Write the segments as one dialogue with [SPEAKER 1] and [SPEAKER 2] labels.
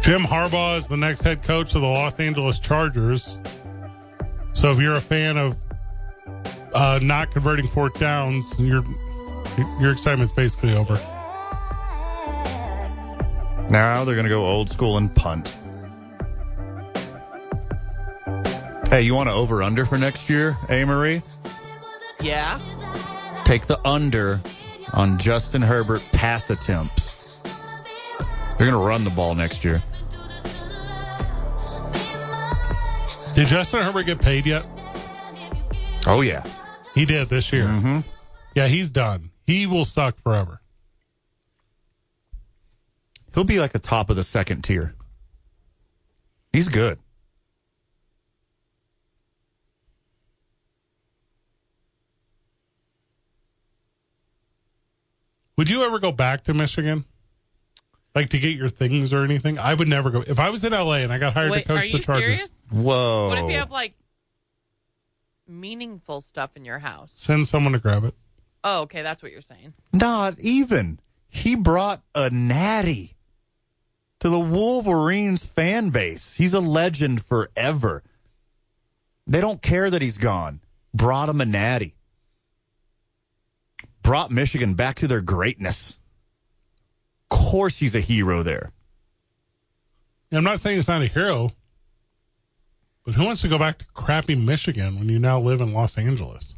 [SPEAKER 1] Jim Harbaugh is the next head coach of the Los Angeles Chargers. So if you're a fan of uh, not converting fourth downs, your your excitement's basically over.
[SPEAKER 2] Now they're going to go old school and punt. Hey, you want to over under for next year, eh, Marie?
[SPEAKER 3] Yeah.
[SPEAKER 2] Take the under on Justin Herbert pass attempts. They're going to run the ball next year.
[SPEAKER 1] Did Justin Herbert get paid yet?
[SPEAKER 2] Oh, yeah.
[SPEAKER 1] He did this year. Mm-hmm. Yeah, he's done. He will suck forever.
[SPEAKER 2] He'll be like the top of the second tier. He's good.
[SPEAKER 1] Would you ever go back to Michigan? Like to get your things or anything? I would never go. If I was in LA and I got hired
[SPEAKER 3] Wait,
[SPEAKER 1] to coach
[SPEAKER 3] are
[SPEAKER 1] the
[SPEAKER 3] you
[SPEAKER 1] Chargers.
[SPEAKER 3] serious?
[SPEAKER 2] Whoa.
[SPEAKER 3] What if you have like meaningful stuff in your house?
[SPEAKER 1] Send someone to grab it.
[SPEAKER 3] Oh, okay, that's what you're saying.
[SPEAKER 2] Not even. He brought a natty to the Wolverines fan base. He's a legend forever. They don't care that he's gone. Brought him a natty. Brought Michigan back to their greatness. Of course, he's a hero there.
[SPEAKER 1] And I'm not saying he's not a hero, but who wants to go back to crappy Michigan when you now live in Los Angeles?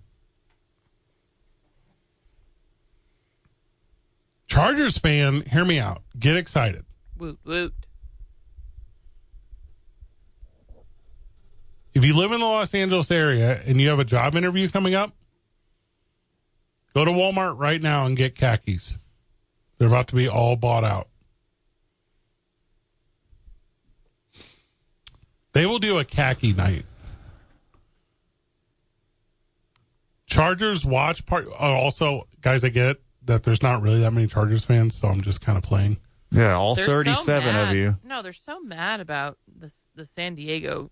[SPEAKER 1] Chargers fan, hear me out. Get excited.
[SPEAKER 3] Woot woot.
[SPEAKER 1] If you live in the Los Angeles area and you have a job interview coming up, go to Walmart right now and get khakis. They're about to be all bought out. They will do a khaki night. Chargers watch part. Oh, also, guys, I get that there's not really that many Chargers fans, so I'm just kind of playing.
[SPEAKER 2] Yeah, all
[SPEAKER 3] They're so
[SPEAKER 2] 37 of
[SPEAKER 3] mad-
[SPEAKER 2] you.
[SPEAKER 3] No, they're so mad about the the San Diego,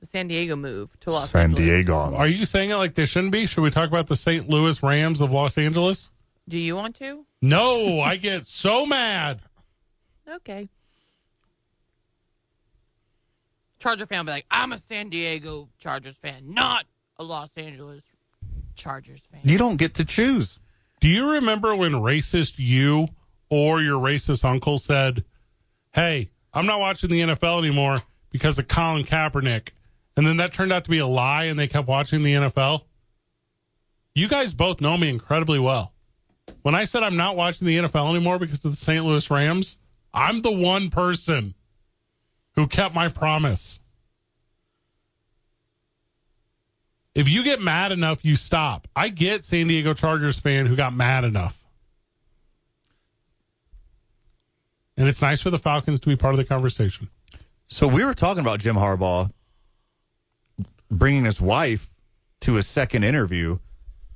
[SPEAKER 3] the San Diego move to Los
[SPEAKER 2] San
[SPEAKER 3] Angeles.
[SPEAKER 2] Diego.
[SPEAKER 1] Are you saying it like they shouldn't be? Should we talk about the St. Louis Rams of Los Angeles?
[SPEAKER 3] Do you want to?
[SPEAKER 1] No, I get so mad.
[SPEAKER 3] Okay. Charger fan will be like, I'm a San Diego Chargers fan, not a Los Angeles Chargers fan.
[SPEAKER 2] You don't get to choose.
[SPEAKER 1] Do you remember when racist you or your racist uncle said, Hey, I'm not watching the NFL anymore because of Colin Kaepernick? And then that turned out to be a lie and they kept watching the NFL? You guys both know me incredibly well. When I said I'm not watching the NFL anymore because of the St. Louis Rams, I'm the one person who kept my promise. if you get mad enough, you stop. I get San Diego Chargers fan who got mad enough. And it's nice for the Falcons to be part of the conversation.
[SPEAKER 2] So we were talking about Jim Harbaugh bringing his wife to a second interview,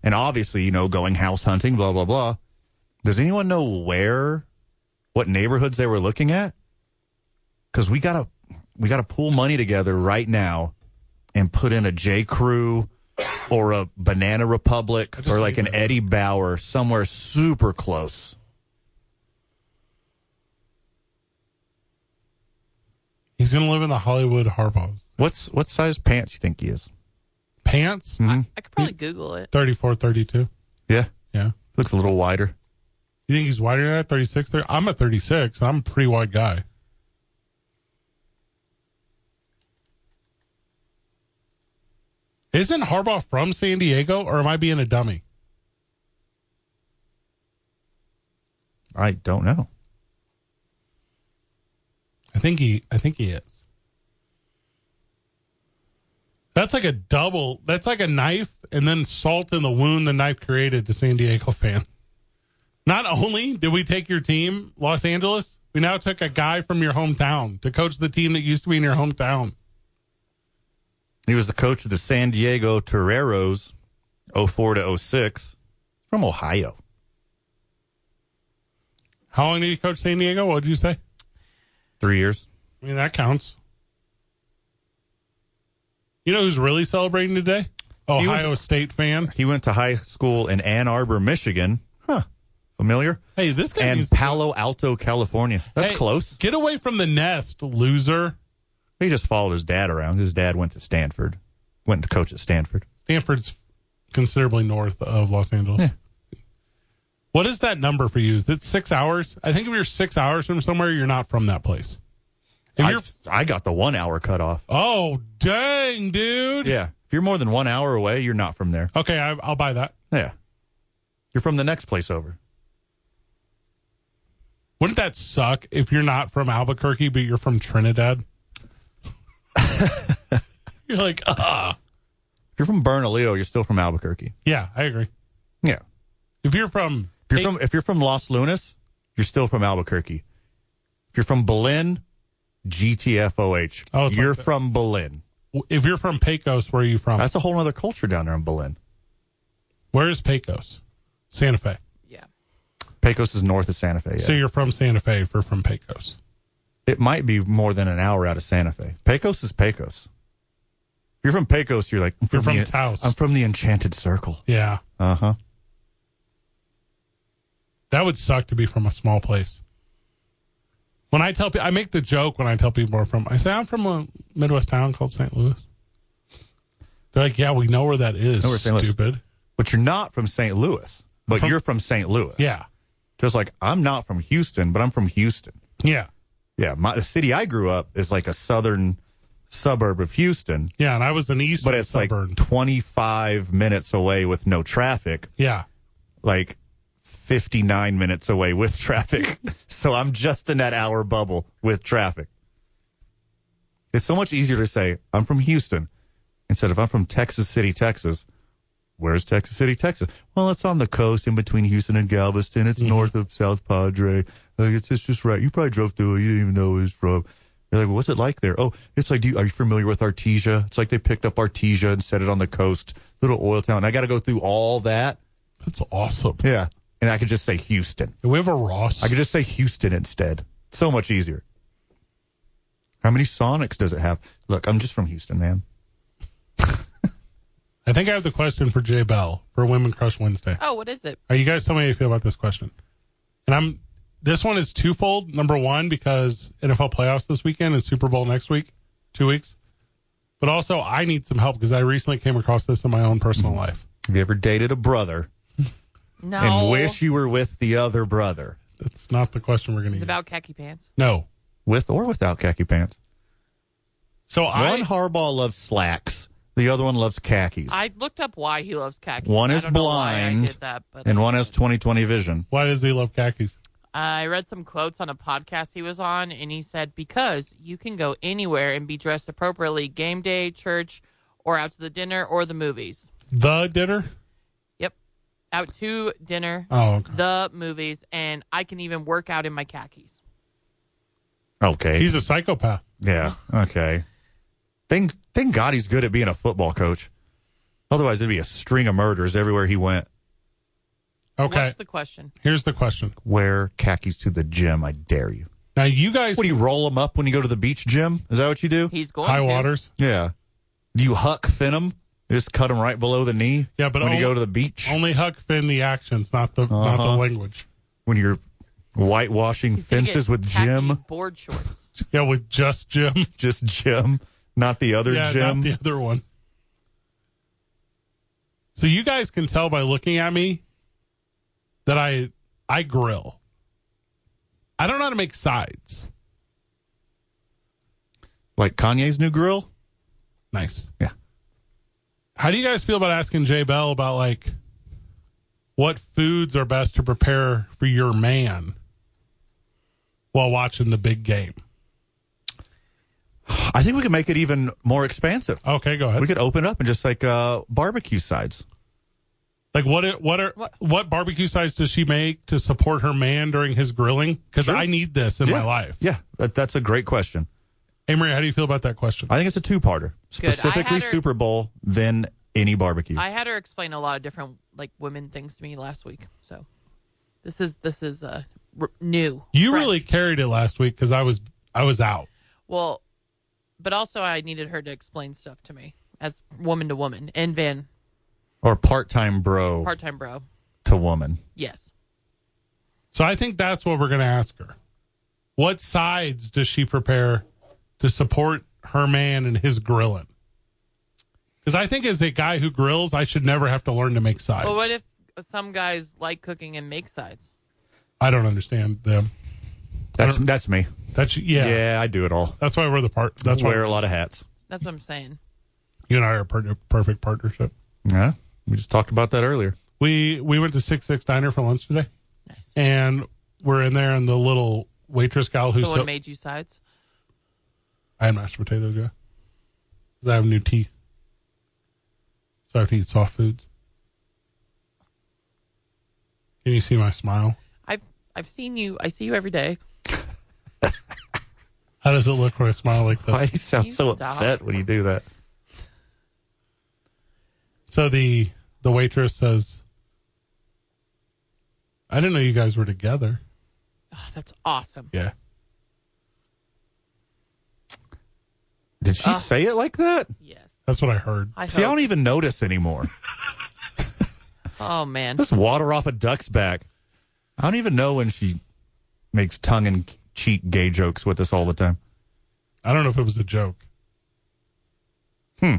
[SPEAKER 2] and obviously, you know, going house hunting, blah blah blah. Does anyone know where, what neighborhoods they were looking at? Because we gotta, we gotta pool money together right now, and put in a J Crew or a Banana Republic
[SPEAKER 1] I just
[SPEAKER 2] or like
[SPEAKER 1] need
[SPEAKER 2] an
[SPEAKER 1] that.
[SPEAKER 2] Eddie Bauer somewhere super close.
[SPEAKER 1] He's going to live in the Hollywood Harbors.
[SPEAKER 2] What's what size pants you think he is?
[SPEAKER 1] Pants?
[SPEAKER 3] I could probably Google it.
[SPEAKER 1] 34, 32.
[SPEAKER 2] Yeah,
[SPEAKER 1] Yeah.
[SPEAKER 2] looks a little wider.
[SPEAKER 1] You think he's wider than that? 36? 30? I'm a 36. I'm a pretty wide guy. Isn't Harbaugh from San Diego or am I being a dummy?
[SPEAKER 2] I don't know.
[SPEAKER 1] I think he I think he is. That's like a double that's like a knife and then salt in the wound the knife created to San Diego fan. Not only did we take your team, Los Angeles, We now took a guy from your hometown to coach the team that used to be in your hometown.
[SPEAKER 2] He was the coach of the San Diego Toreros, 04 to 06, from Ohio.
[SPEAKER 1] How long did you coach San Diego? What would you say?
[SPEAKER 2] Three years.
[SPEAKER 1] I mean, that counts. You know who's really celebrating today?
[SPEAKER 2] went
[SPEAKER 1] Ohio State fan.
[SPEAKER 2] He went to high school in Ann Arbor, Michigan. Huh. Familiar?
[SPEAKER 1] Hey, this guy
[SPEAKER 2] And
[SPEAKER 1] needs to-
[SPEAKER 2] Palo Alto, California. That's
[SPEAKER 1] Hey,
[SPEAKER 2] close.
[SPEAKER 1] Get away from the nest, loser.
[SPEAKER 2] He just followed his dad around. His dad went to Stanford, went to coach at Stanford.
[SPEAKER 1] Stanford's considerably north of Los Angeles. What is that number for you? Is it six hours? I think if you're six hours from somewhere, you're not from that place. If
[SPEAKER 2] I,
[SPEAKER 1] you're,
[SPEAKER 2] I got the one hour cutoff.
[SPEAKER 1] oh dang, dude.
[SPEAKER 2] Yeah. If you're more than one hour away, you're not from there.
[SPEAKER 1] Okay, I, I'll buy that.
[SPEAKER 2] Yeah. You're from the next place over.
[SPEAKER 1] Wouldn't that suck if you're not from Albuquerque but you're from Trinidad? you're like, ah,
[SPEAKER 2] If you're from Bernalillo, you're still from Albuquerque.
[SPEAKER 1] yeah, I agree.
[SPEAKER 2] Yeah.
[SPEAKER 1] If you're from,
[SPEAKER 2] If you're from if you're from Los Lunas, you're still from Albuquerque. If you're from Berlin, GTFOH.
[SPEAKER 1] Oh, it's like Oh.
[SPEAKER 2] you're
[SPEAKER 1] that.
[SPEAKER 2] from Berlin.
[SPEAKER 1] if you're from Pecos, where are you from?
[SPEAKER 2] That's a whole other culture down there in Berlin.
[SPEAKER 1] where is Pecos? Santa Fe.
[SPEAKER 3] Yeah.
[SPEAKER 2] Pecos is north of Santa Fe. yeah.
[SPEAKER 1] So you're from Santa Fe if you're from Pecos.
[SPEAKER 2] it might be more than an hour out of Santa Fe. Pecos is Pecos. If you're from Pecos, you're like I'm
[SPEAKER 1] You're
[SPEAKER 2] the-
[SPEAKER 1] from Taos.
[SPEAKER 2] I'm from the Enchanted Circle.
[SPEAKER 1] Yeah.
[SPEAKER 2] Uh huh.
[SPEAKER 1] That would suck to be from a small place. When I tell people, I make the joke when I tell people where I'm from. I say, I'm from a Midwest town called St. Louis. They're like, yeah, we know where that is.
[SPEAKER 2] Know where St. Louis-
[SPEAKER 1] stupid.
[SPEAKER 2] But you're not from St. Louis. But
[SPEAKER 1] From-
[SPEAKER 2] you're from St. Louis.
[SPEAKER 1] Yeah.
[SPEAKER 2] Just like I'm not from Houston, but I'm from Houston.
[SPEAKER 1] Yeah.
[SPEAKER 2] Yeah, my, the city I grew up is like a southern suburb of Houston,
[SPEAKER 1] Yeah. And I was an eastern
[SPEAKER 2] but it's
[SPEAKER 1] suburb.
[SPEAKER 2] like 25 minutes away with no traffic,
[SPEAKER 1] yeah.
[SPEAKER 2] like 59 minutes away with traffic. so I'm just in that hour bubble with traffic. It's so much easier to say, I'm from Houston, instead of I'm from Texas City, Texas. Where's Texas City, Texas? Well, it's on the coast in between Houston and Galveston. It's north of South Padre. Like, it's, it's just right. You probably drove through it. You didn't even know where it was from. You're like, what's it like there? Oh, it's like, do you, are you familiar with Artesia? It's like they picked up Artesia and set it on the coast, little oil town. I got to go through all that.
[SPEAKER 1] That's awesome.
[SPEAKER 2] Yeah. And I could just say Houston.
[SPEAKER 1] Do we have a Ross?
[SPEAKER 2] I could just say Houston instead. So much easier. How many Sonics does it have? Look, I'm just from Houston, man.
[SPEAKER 1] I think I have the question for Jay Bell for Women Crush Wednesday.
[SPEAKER 3] Oh, what is it?
[SPEAKER 1] Are you guys tell me how you feel about this question? And I'm this one is twofold. Number one, because NFL playoffs this weekend and Super Bowl next week, two weeks. But also I need some help because I recently came across this in my own personal
[SPEAKER 3] Mm-hmm.
[SPEAKER 1] life.
[SPEAKER 2] Have you ever dated a brother
[SPEAKER 3] No.
[SPEAKER 2] and wish you were with the other brother?
[SPEAKER 1] That's not the question we're gonna use.
[SPEAKER 3] It's about khaki pants.
[SPEAKER 1] no.
[SPEAKER 2] With or without khaki pants?
[SPEAKER 1] So
[SPEAKER 2] one
[SPEAKER 1] I
[SPEAKER 2] Harbaugh loves slacks, the other one loves khakis,
[SPEAKER 3] I looked up why he loves khaki.
[SPEAKER 2] One
[SPEAKER 3] I
[SPEAKER 2] is
[SPEAKER 3] don't know why I
[SPEAKER 2] blind,
[SPEAKER 3] did that, but
[SPEAKER 2] and one has 20/20 vision.
[SPEAKER 1] why does he love khakis?
[SPEAKER 3] I read some quotes on a podcast he was on, and he said, Because you can go anywhere and be dressed appropriately game day, church, or out to the dinner or the movies.
[SPEAKER 1] The dinner?
[SPEAKER 3] Yep. Out to dinner,
[SPEAKER 1] Oh okay.
[SPEAKER 3] the movies, and I can even work out in my khakis.
[SPEAKER 2] Okay.
[SPEAKER 1] He's a psychopath.
[SPEAKER 2] yeah. Okay. Thank thank God he's good at being a football coach. Otherwise, there'd be a string of murders everywhere he went.
[SPEAKER 1] Okay.
[SPEAKER 3] What's the question?
[SPEAKER 1] Here's the question.
[SPEAKER 2] Wear khakis to the gym, I dare you.
[SPEAKER 1] Now you guys
[SPEAKER 2] What do you roll them up when you go to the beach gym? Is that what you do?
[SPEAKER 3] He's going
[SPEAKER 1] high
[SPEAKER 3] to.
[SPEAKER 1] waters.
[SPEAKER 2] Yeah. Do you huck fin them? Just cut them right below the knee.
[SPEAKER 1] Yeah, but
[SPEAKER 2] when
[SPEAKER 1] only-
[SPEAKER 2] you go to the beach,
[SPEAKER 1] Only Huck Finn the actions, not the not the
[SPEAKER 2] Uh-huh.
[SPEAKER 1] language.
[SPEAKER 2] when you're whitewashing
[SPEAKER 3] He's gonna
[SPEAKER 2] fences
[SPEAKER 3] get
[SPEAKER 2] with
[SPEAKER 3] khaki
[SPEAKER 2] Jim,
[SPEAKER 3] Board shorts.
[SPEAKER 1] Yeah, with just Jim.
[SPEAKER 2] just Jim, not the other
[SPEAKER 1] yeah,
[SPEAKER 2] Jim.
[SPEAKER 1] not the other one. So you guys can tell by looking at me that I I grill. I don't know how to make sides.
[SPEAKER 2] like Kanye's new grill.
[SPEAKER 1] Nice.
[SPEAKER 2] Yeah.
[SPEAKER 1] How do you guys feel about asking Jay Bell about like what foods are best to prepare for your man while watching the big game?
[SPEAKER 2] I think we could make it even more expansive.
[SPEAKER 1] Okay, go ahead.
[SPEAKER 2] We could open up and just like uh, barbecue sides.
[SPEAKER 1] Like what? It, what are what,
[SPEAKER 3] What-
[SPEAKER 1] barbecue size does she make to support her man during his grilling? Because I need this in
[SPEAKER 2] yeah.
[SPEAKER 1] my life.
[SPEAKER 2] Yeah, that, that's a great question.
[SPEAKER 1] Amory, how do you feel about that question?
[SPEAKER 2] I think it's a two-parter.
[SPEAKER 3] Good. I
[SPEAKER 2] Specifically
[SPEAKER 3] had her-
[SPEAKER 2] Super Bowl, then any barbecue.
[SPEAKER 3] I had her explain a lot of different like women things to me last week. So this is this is uh, r- new.
[SPEAKER 1] you
[SPEAKER 3] fresh.
[SPEAKER 1] really carried it last week because I was I was out.
[SPEAKER 3] well, but also I needed her to explain stuff to me as woman to woman and Van
[SPEAKER 2] or part-time bro
[SPEAKER 3] part time bro.
[SPEAKER 2] to woman.
[SPEAKER 3] Yes,
[SPEAKER 1] So I think that's what we're going to ask her. What sides does she prepare to support her man and his grilling? Because I think as a guy who grills, I should never have to learn to make sides.
[SPEAKER 3] but what if some guys like cooking and make sides?
[SPEAKER 1] I don't understand them.
[SPEAKER 2] That's that's me.
[SPEAKER 1] That's yeah.
[SPEAKER 2] Yeah. I do it all.
[SPEAKER 1] That's why we're the part. That's
[SPEAKER 2] Wear
[SPEAKER 1] why
[SPEAKER 2] a lot of hats.
[SPEAKER 3] That's what I'm saying.
[SPEAKER 1] you and I are a per- perfect partnership.
[SPEAKER 2] Yeah, we just talked about that earlier.
[SPEAKER 1] We we went to Six Six Diner for lunch today,
[SPEAKER 3] Nice.
[SPEAKER 1] and we're in there, and the little waitress gal who
[SPEAKER 3] Someone
[SPEAKER 1] so-
[SPEAKER 3] made you sides.
[SPEAKER 1] I had mashed potatoes, yeah. 'Cause I have new teeth. So I have to eat soft foods. Can you see my smile?
[SPEAKER 3] I've I've seen you. I see you every day.
[SPEAKER 1] How does it look when I smile like
[SPEAKER 2] Why
[SPEAKER 1] this?
[SPEAKER 2] you sound
[SPEAKER 3] You
[SPEAKER 2] so
[SPEAKER 3] stop.
[SPEAKER 2] upset when you do that?
[SPEAKER 1] So the the waitress says I didn't know you guys were together.
[SPEAKER 3] Oh, that's awesome.
[SPEAKER 1] Yeah.
[SPEAKER 2] Did she say it like that?
[SPEAKER 3] Yes.
[SPEAKER 1] That's what I heard.
[SPEAKER 3] Oh. I
[SPEAKER 2] See, I
[SPEAKER 3] hope.
[SPEAKER 2] don't even notice anymore.
[SPEAKER 3] Oh man.
[SPEAKER 2] That's water off a duck's back. I don't even know when she makes tongue and cheek gay jokes with us all the time.
[SPEAKER 1] I don't know if it was a joke.
[SPEAKER 2] Say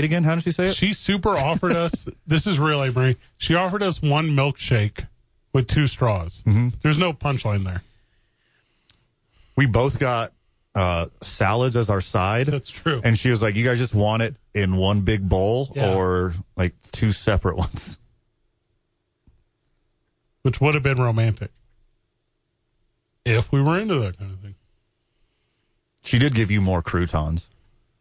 [SPEAKER 2] it again. How did she say it?
[SPEAKER 1] She super offered us this is real, Amory. She offered us one milkshake with two straws. There's no punchline there.
[SPEAKER 2] We both got uh, salads as our side.
[SPEAKER 1] That's true.
[SPEAKER 2] And she was like, "You guys just want it in one big bowl
[SPEAKER 1] Yeah.
[SPEAKER 2] or like two separate ones?"
[SPEAKER 1] which would have been romantic if we were into that kind of thing.
[SPEAKER 2] She did give you more croutons.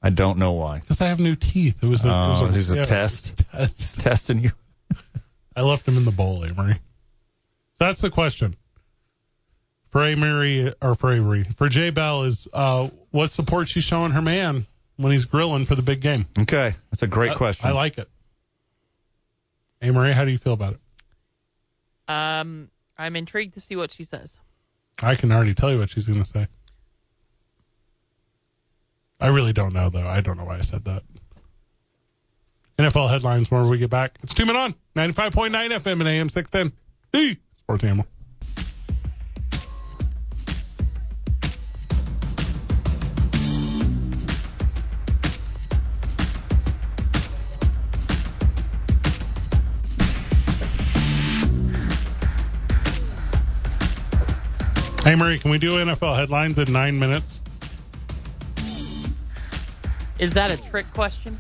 [SPEAKER 2] I don't know why.
[SPEAKER 1] Because I have new teeth. It was a, it
[SPEAKER 2] Oh,
[SPEAKER 1] was a,
[SPEAKER 2] this is a
[SPEAKER 1] yeah,
[SPEAKER 2] test.
[SPEAKER 1] it was a test.
[SPEAKER 2] Testing you.
[SPEAKER 1] I left them in the bowl, Amory. That's the question for Amory or for Amory for J Bell is uh, what support she's showing her man when he's grilling for the big game.
[SPEAKER 2] Okay, that's a great question.
[SPEAKER 1] I like it. Amory, how do you feel about it?
[SPEAKER 3] Um, I'm intrigued to see what she says.
[SPEAKER 1] I can already tell you what she's going to say. I really don't know, though. I don't know why I said that. NFL headlines whenever we get back. It's two men on 95.9 FM and AM 610. The Sports Animal. Hey, Murray, can we do NFL headlines in nine minutes?
[SPEAKER 3] Is that a trick question?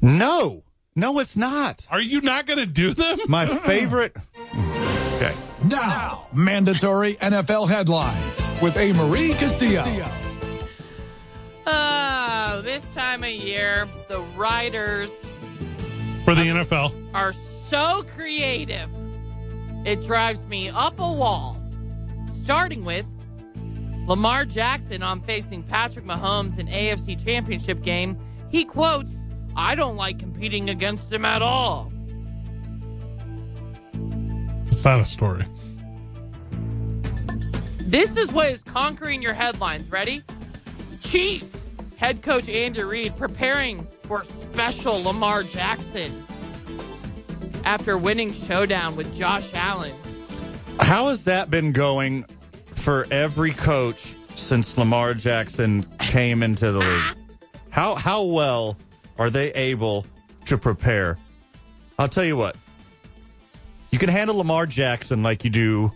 [SPEAKER 2] no, no, it's not.
[SPEAKER 1] Are you not going to do them?
[SPEAKER 2] My favorite. Okay.
[SPEAKER 4] Now, mandatory NFL headlines with Amory Castillo.
[SPEAKER 3] Oh, this time of year, the writers
[SPEAKER 1] For the NFL.
[SPEAKER 3] are so creative. It drives me up a wall. Starting with Lamar Jackson on facing Patrick Mahomes in AFC Championship game. He quotes, I don't like competing against him at all.
[SPEAKER 1] It's not a story.
[SPEAKER 3] This is what is conquering your headlines. Ready? Chief head coach Andy Reid preparing for special Lamar Jackson after winning showdown with Josh Allen.
[SPEAKER 2] How has that been going for every coach since Lamar Jackson came into the league? How how well are they able to prepare? I'll tell you what. You can handle Lamar Jackson like you do.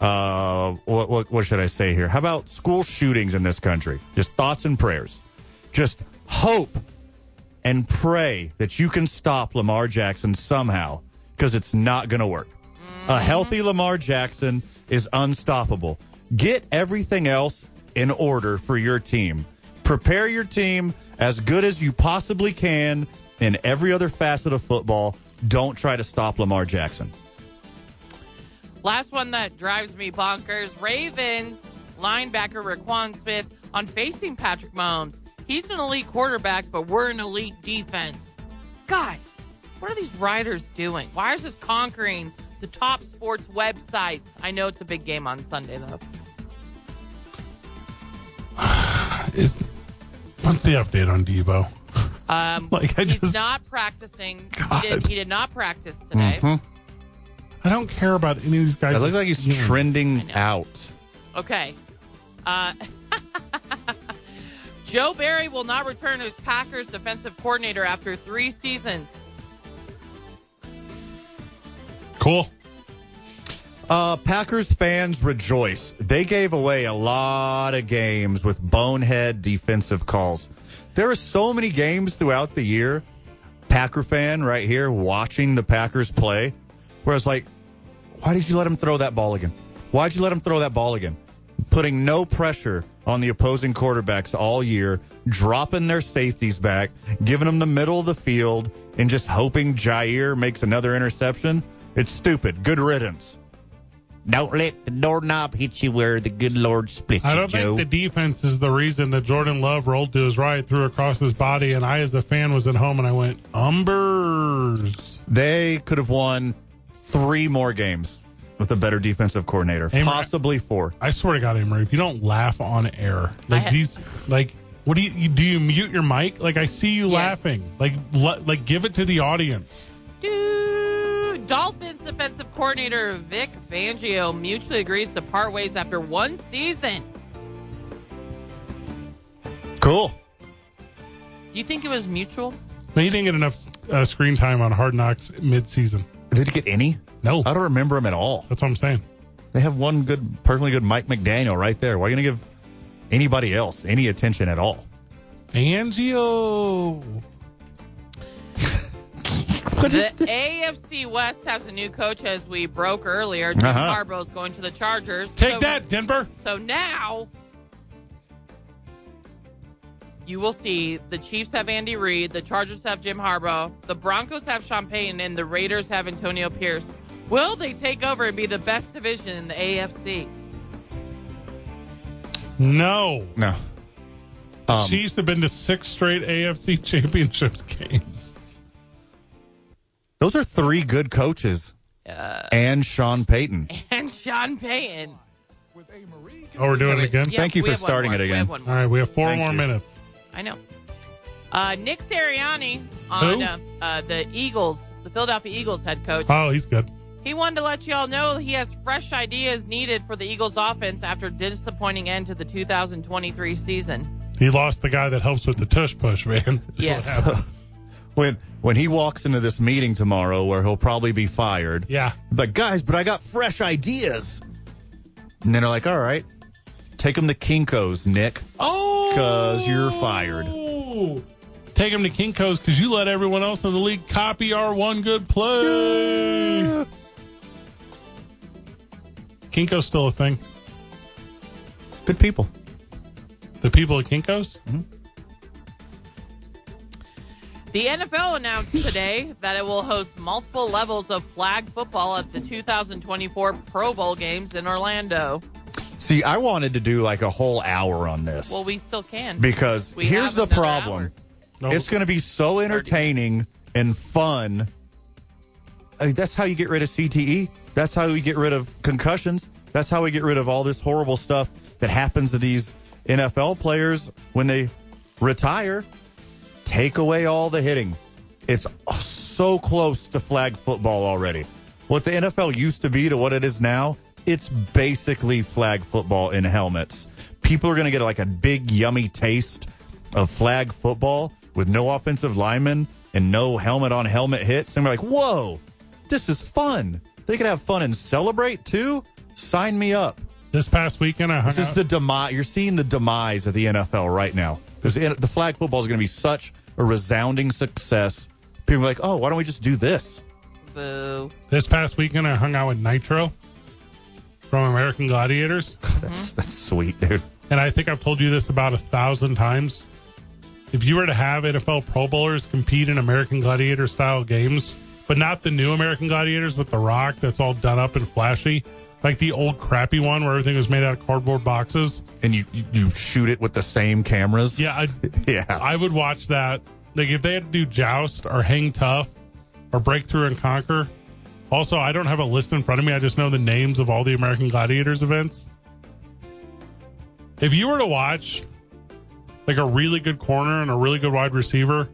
[SPEAKER 2] Uh, what, what what should I say here? How about school shootings in this country? Just thoughts and prayers. Just hope and pray that you can stop Lamar Jackson somehow because it's not going to work. A healthy Lamar Jackson is unstoppable. Get everything else in order for your team. Prepare your team as good as you possibly can in every other facet of football. Don't try to stop Lamar Jackson.
[SPEAKER 3] Last one that drives me bonkers Ravens linebacker Raquan Smith on facing Patrick Mahomes. He's an elite quarterback, but we're an elite defense. Guys, what are these writers doing? Why is this conquering the top sports websites? I know it's a big game on Sunday, though.
[SPEAKER 1] Is what's the update on Debo?
[SPEAKER 3] Um,
[SPEAKER 1] Like, I
[SPEAKER 3] he's
[SPEAKER 1] just-
[SPEAKER 3] not practicing. He
[SPEAKER 1] God. Mm-hmm.
[SPEAKER 3] did, he did not practice today.
[SPEAKER 1] I don't care about any of these guys.
[SPEAKER 2] It looks like he's
[SPEAKER 1] Humans.
[SPEAKER 2] trending out.
[SPEAKER 3] Okay. Uh, Joe Barry will not return as Packers defensive coordinator after three seasons.
[SPEAKER 1] Cool.
[SPEAKER 2] Uh, Packers fans rejoice. They gave away a lot of games with bonehead defensive calls. There are so many games throughout the year. Packer fan right here watching the Packers play, where it's like, why did you let him throw that ball again? Why'd you let him throw that ball again? Putting no pressure on the opposing quarterbacks all year, dropping their safeties back, giving them the middle of the field, and just hoping Jair makes another interception. It's stupid. Good riddance. Don't let the doorknob hit you where the good Lord split
[SPEAKER 1] I don't think the defense is the reason that Jordan Love rolled to his right, threw across his body, and I, as a fan, was at home and I went, Umbers.
[SPEAKER 2] they could have won three more games with a better defensive coordinator,
[SPEAKER 1] Hey, Mar-
[SPEAKER 2] possibly four.
[SPEAKER 1] I swear to God, Amory, if you don't laugh on air, like
[SPEAKER 3] ha-
[SPEAKER 1] these, like, what do you, you do? You mute your mic? Like, I see you
[SPEAKER 3] Yes.
[SPEAKER 1] laughing. Like, le- like, give it to the audience.
[SPEAKER 3] Dude, Dolphins defensive coordinator Vic Fangio mutually agrees to part ways after one season.
[SPEAKER 2] Cool.
[SPEAKER 3] Do you think it was mutual?
[SPEAKER 1] But he didn't get enough uh, screen time on Hard Knocks midseason.
[SPEAKER 2] Did he get any?
[SPEAKER 1] No,
[SPEAKER 2] I don't remember him at all.
[SPEAKER 1] that's what I'm saying.
[SPEAKER 2] They have one good, perfectly good Mike McDaniel right there. Why are you going to give anybody else any attention at all?
[SPEAKER 1] Fangio.
[SPEAKER 3] The AFC West has a new coach, as we broke earlier. Jim
[SPEAKER 2] Uh-huh.
[SPEAKER 3] Harbaugh's going to the Chargers.
[SPEAKER 1] Take
[SPEAKER 3] So-
[SPEAKER 1] that, Denver.
[SPEAKER 3] So now you will see the Chiefs have Andy Reid, the Chargers have Jim Harbaugh, the Broncos have Sean Payton, and the Raiders have Antonio Pierce. Will they take over and be the best division in the AFC?
[SPEAKER 1] No.
[SPEAKER 2] No. Um,
[SPEAKER 1] Chiefs have been to six straight AFC championships games.
[SPEAKER 2] those are three good coaches and Sean Payton.
[SPEAKER 3] And Sean Payton.
[SPEAKER 1] Oh, we're doing it again?
[SPEAKER 3] Yeah,
[SPEAKER 2] Thank you
[SPEAKER 3] we
[SPEAKER 2] for
[SPEAKER 3] have one
[SPEAKER 2] starting
[SPEAKER 3] more.
[SPEAKER 2] it
[SPEAKER 3] We
[SPEAKER 2] again.
[SPEAKER 3] have one
[SPEAKER 1] All
[SPEAKER 3] more.
[SPEAKER 1] right, we have four
[SPEAKER 2] Thank
[SPEAKER 1] more
[SPEAKER 2] you.
[SPEAKER 1] minutes.
[SPEAKER 3] I know. Uh, Nick Sirianni on
[SPEAKER 1] Who?
[SPEAKER 3] uh, uh, the Eagles, the Philadelphia Eagles head coach.
[SPEAKER 1] Oh, he's good.
[SPEAKER 3] He wanted to let you all know he has fresh ideas needed for the Eagles offense after disappointing end to the 2023 season.
[SPEAKER 1] He lost the guy that helps with the tush push, man.
[SPEAKER 3] Yes.
[SPEAKER 2] When when he walks into this meeting tomorrow where he'll probably be fired,
[SPEAKER 1] yeah.
[SPEAKER 2] But guys, but I got fresh ideas. And then they're like, all right, take them to Kinko's, Nick.
[SPEAKER 1] Oh,
[SPEAKER 2] 'Cause you're fired.
[SPEAKER 1] Take him to Kinko's because you let everyone else in the league copy our one good play. Kinko's still a thing.
[SPEAKER 2] Good people.
[SPEAKER 1] The people at Kinko's?
[SPEAKER 2] Mm-hmm.
[SPEAKER 3] The NFL announced today that it will host multiple levels of flag football at the 2024 Pro Bowl games in Orlando.
[SPEAKER 2] See, I wanted to do like a whole hour on this
[SPEAKER 3] Well, we still can.
[SPEAKER 2] because
[SPEAKER 3] we have
[SPEAKER 2] here's the
[SPEAKER 3] another
[SPEAKER 2] problem.
[SPEAKER 1] No.
[SPEAKER 2] It's going to be so entertaining and fun. Uh, that's how you get rid of CTE. That's how we get rid of concussions. That's how we get rid of all this horrible stuff that happens to these NFL players when they retire. Take away all the hitting. It's so close to flag football already. What the NFL used to be to what it is now, it's basically flag football in helmets. People are going to get like a big, yummy taste of flag football with no offensive linemen and no helmet on helmet hits. And we're like, whoa, this is fun. They can have fun and celebrate too. Sign me up.
[SPEAKER 1] This past weekend, I hung
[SPEAKER 2] This is
[SPEAKER 1] out-
[SPEAKER 2] the demise. You're seeing the demise of the NFL right now because the the flag football is going to be such a resounding success. People are like, oh, why don't we just do this?
[SPEAKER 3] Boo.
[SPEAKER 1] This past weekend, I hung out with Nitro. from American Gladiators.
[SPEAKER 2] That's that's sweet, dude.
[SPEAKER 1] and I think I've told you this about a thousand times. If you were to have NFL Pro Bowlers compete in American Gladiator style games, but not the new American Gladiators with the rock that's all done up and flashy, like the old crappy one where everything was made out of cardboard boxes.
[SPEAKER 2] And you you- you shoot it with the same cameras.
[SPEAKER 1] Yeah, I,
[SPEAKER 2] yeah.
[SPEAKER 1] I would watch that. Like if they had to do Joust or Hang Tough or Breakthrough and Conquer. Also, I don't have a list in front of me. I just know the names of all the American Gladiators events. If you were to watch like a really good corner and a really good wide receiver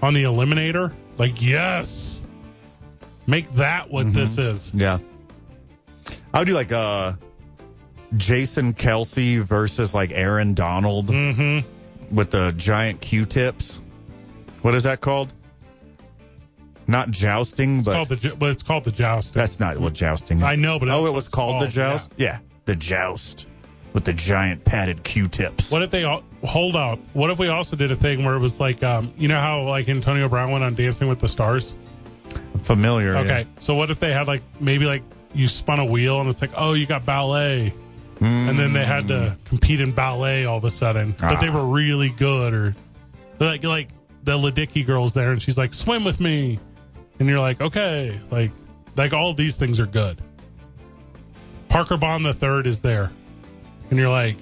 [SPEAKER 1] on the Eliminator, like yes, make that what
[SPEAKER 2] Mm-hmm.
[SPEAKER 1] this is.
[SPEAKER 2] Yeah. I would do like uh Jason Kelsey versus like Aaron Donald
[SPEAKER 1] Mm-hmm.
[SPEAKER 2] with the giant Q tips. What is that called? Not jousting, but
[SPEAKER 1] Called the, ju- but it's called the Joust.
[SPEAKER 2] that's not what jousting is.
[SPEAKER 1] I know, but
[SPEAKER 2] Oh,
[SPEAKER 1] that's
[SPEAKER 2] it
[SPEAKER 1] what
[SPEAKER 2] was
[SPEAKER 1] it's
[SPEAKER 2] called the
[SPEAKER 1] called,
[SPEAKER 2] joust? Yeah. The joust with the giant padded Q tips.
[SPEAKER 1] What if they all hold up? What if we also did a thing where it was like, um, you know how like Antonio Brown went on Dancing with the Stars?
[SPEAKER 2] Familiar. yeah.
[SPEAKER 1] Okay, so what if they had like maybe like you spun a wheel and it's like, oh, you got ballet, and then they had to compete in ballet all of a sudden, but they
[SPEAKER 2] Ah.
[SPEAKER 1] were really good, or like like the Ledecky girl's there and she's like, swim with me, and you're like, okay, like like all these things are good. Parker Bond the third is there, and you're like,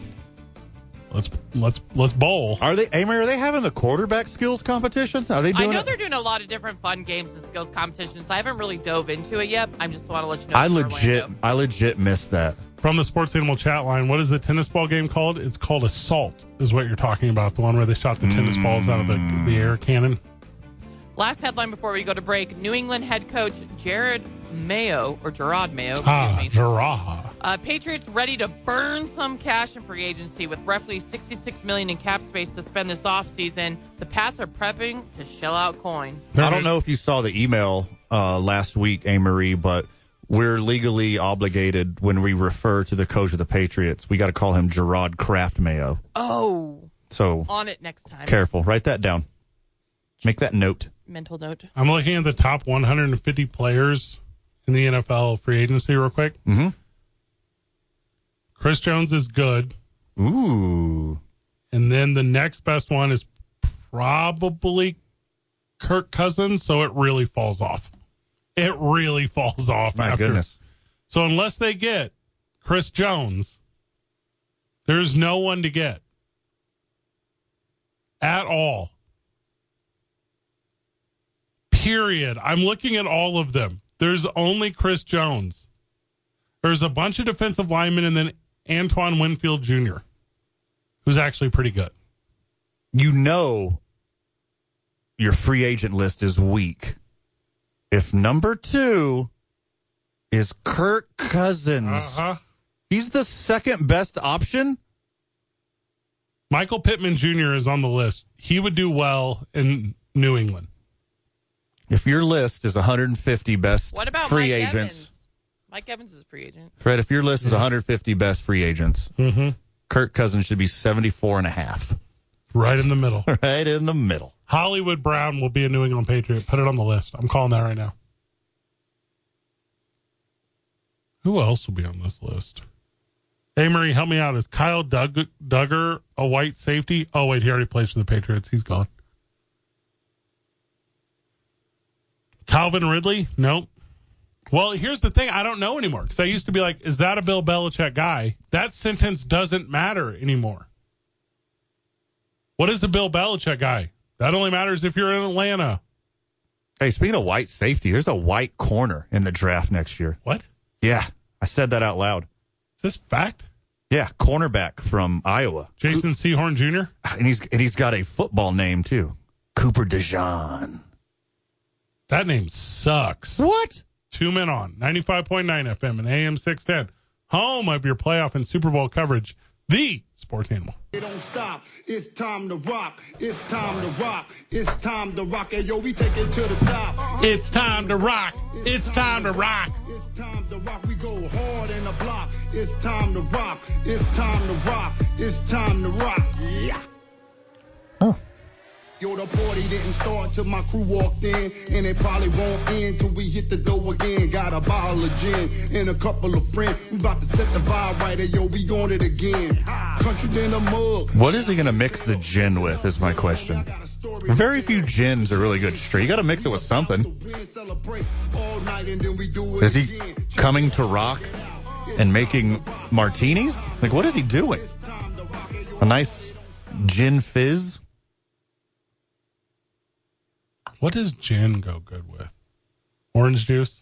[SPEAKER 1] let's let's let's bowl.
[SPEAKER 2] Are they, Amory, are they having the quarterback skills competition? Are they
[SPEAKER 3] I
[SPEAKER 2] doing
[SPEAKER 3] know
[SPEAKER 2] it?
[SPEAKER 3] they're doing a lot of different fun games and skills competitions. I haven't really dove into it yet. I just want to let you know.
[SPEAKER 2] I
[SPEAKER 3] it's in
[SPEAKER 2] legit,
[SPEAKER 3] Orlando.
[SPEAKER 2] I legit missed that.
[SPEAKER 1] from the sports animal chat line what is the tennis ball game called it's called assault is what you're talking about the one where they shot the tennis
[SPEAKER 2] Mm.
[SPEAKER 1] balls out of the, the air cannon
[SPEAKER 3] Last headline before we go to break: New England head coach Jared Mayo or Gerard Mayo, excuse
[SPEAKER 1] ah
[SPEAKER 3] me,
[SPEAKER 1] Gerard.
[SPEAKER 3] Uh, Patriots ready to burn some cash in free agency with roughly 66 million in cap space to spend this offseason. The Pats are prepping to shell out coin.
[SPEAKER 1] There
[SPEAKER 2] I
[SPEAKER 1] it-
[SPEAKER 2] don't know if you saw the email uh, last week, Amory, but we're legally obligated when we refer to the coach of the Patriots, we got to call him Gerard Kraft Mayo.
[SPEAKER 3] Oh,
[SPEAKER 2] So
[SPEAKER 3] on it next time.
[SPEAKER 2] careful, write that down, make that note.
[SPEAKER 3] Mental note.
[SPEAKER 1] i'm looking at the top 150 players in the nfl free agency real quick mm-hmm. chris jones is good
[SPEAKER 2] Ooh,
[SPEAKER 1] and then the next best one is probably kirk cousins so it really falls off it really falls off
[SPEAKER 2] my
[SPEAKER 1] after
[SPEAKER 2] goodness.
[SPEAKER 1] So unless they get Chris Jones, there's no one to get at all. Period. I'm looking at all of them. There's only Chris Jones. There's a bunch of defensive linemen and then Antoine Winfield Jr., who's actually pretty good.
[SPEAKER 2] You know, your free agent list is weak. If number two is Kirk Cousins,
[SPEAKER 1] Uh-huh.
[SPEAKER 2] he's the second best option.
[SPEAKER 1] Michael Pittman Jr. is on the list. He would do well in New England.
[SPEAKER 2] If your list is 150 best
[SPEAKER 3] What about
[SPEAKER 2] free
[SPEAKER 3] Mike
[SPEAKER 2] agents,
[SPEAKER 3] Evans? Mike Evans is a free agent.
[SPEAKER 2] Fred, if your list is 150 best free agents, Kirk Cousins should be 74 and a half,
[SPEAKER 1] Right in the middle.
[SPEAKER 2] right in the middle.
[SPEAKER 1] Hollywood Brown will be a New England Patriot. Put it on the list. I'm calling that right now. Who else will be on this list? Amory, help me out. Is Kyle Dug- Duggar a white safety? Oh, wait, he already plays for the Patriots. He's gone. Calvin Ridley? Nope. Well, here's the thing. I don't know anymore because I used to be like, is that a Bill Belichick guy? That sentence doesn't matter anymore. What is the Bill Belichick guy? That only matters if you're in Atlanta.
[SPEAKER 2] Hey, speaking of white safety, there's a white corner in the draft next year.
[SPEAKER 1] What? Is
[SPEAKER 2] Yeah, I said that out loud.
[SPEAKER 1] this fact?
[SPEAKER 2] Yeah, cornerback from Iowa,
[SPEAKER 1] Jason Seahorn Jr.
[SPEAKER 2] and he's and he's got a football name too, Cooper DeJean.
[SPEAKER 1] That name sucks.
[SPEAKER 2] What?
[SPEAKER 1] Two men on 95.9 FM and AM 610. Home of your playoff and Super Bowl coverage. The sports animal.
[SPEAKER 5] It don't stop. It's time to rock. It's time to rock. It's time to rock. And yo, we take it to the top.
[SPEAKER 1] It's time to rock. It's time to rock.
[SPEAKER 5] It's time to rock. We go hard in the block. It's time to rock. It's time to rock. It's time to rock. Yeah. Yo, the party didn't start till my crew walked in, and it probably won't end till we hit the door again. Got a bottle of gin and a couple of friends. We about to set the vibe right, and yo, we on it again. Country than a mug.
[SPEAKER 2] What is he going to mix the gin with? Is my question. Very few gins are really good straight. You got to mix it with something. Is
[SPEAKER 5] Is
[SPEAKER 2] he coming to rock and making martinis? Like, what is he doing? A nice gin fizz?
[SPEAKER 1] What does gin go good with? Orange juice?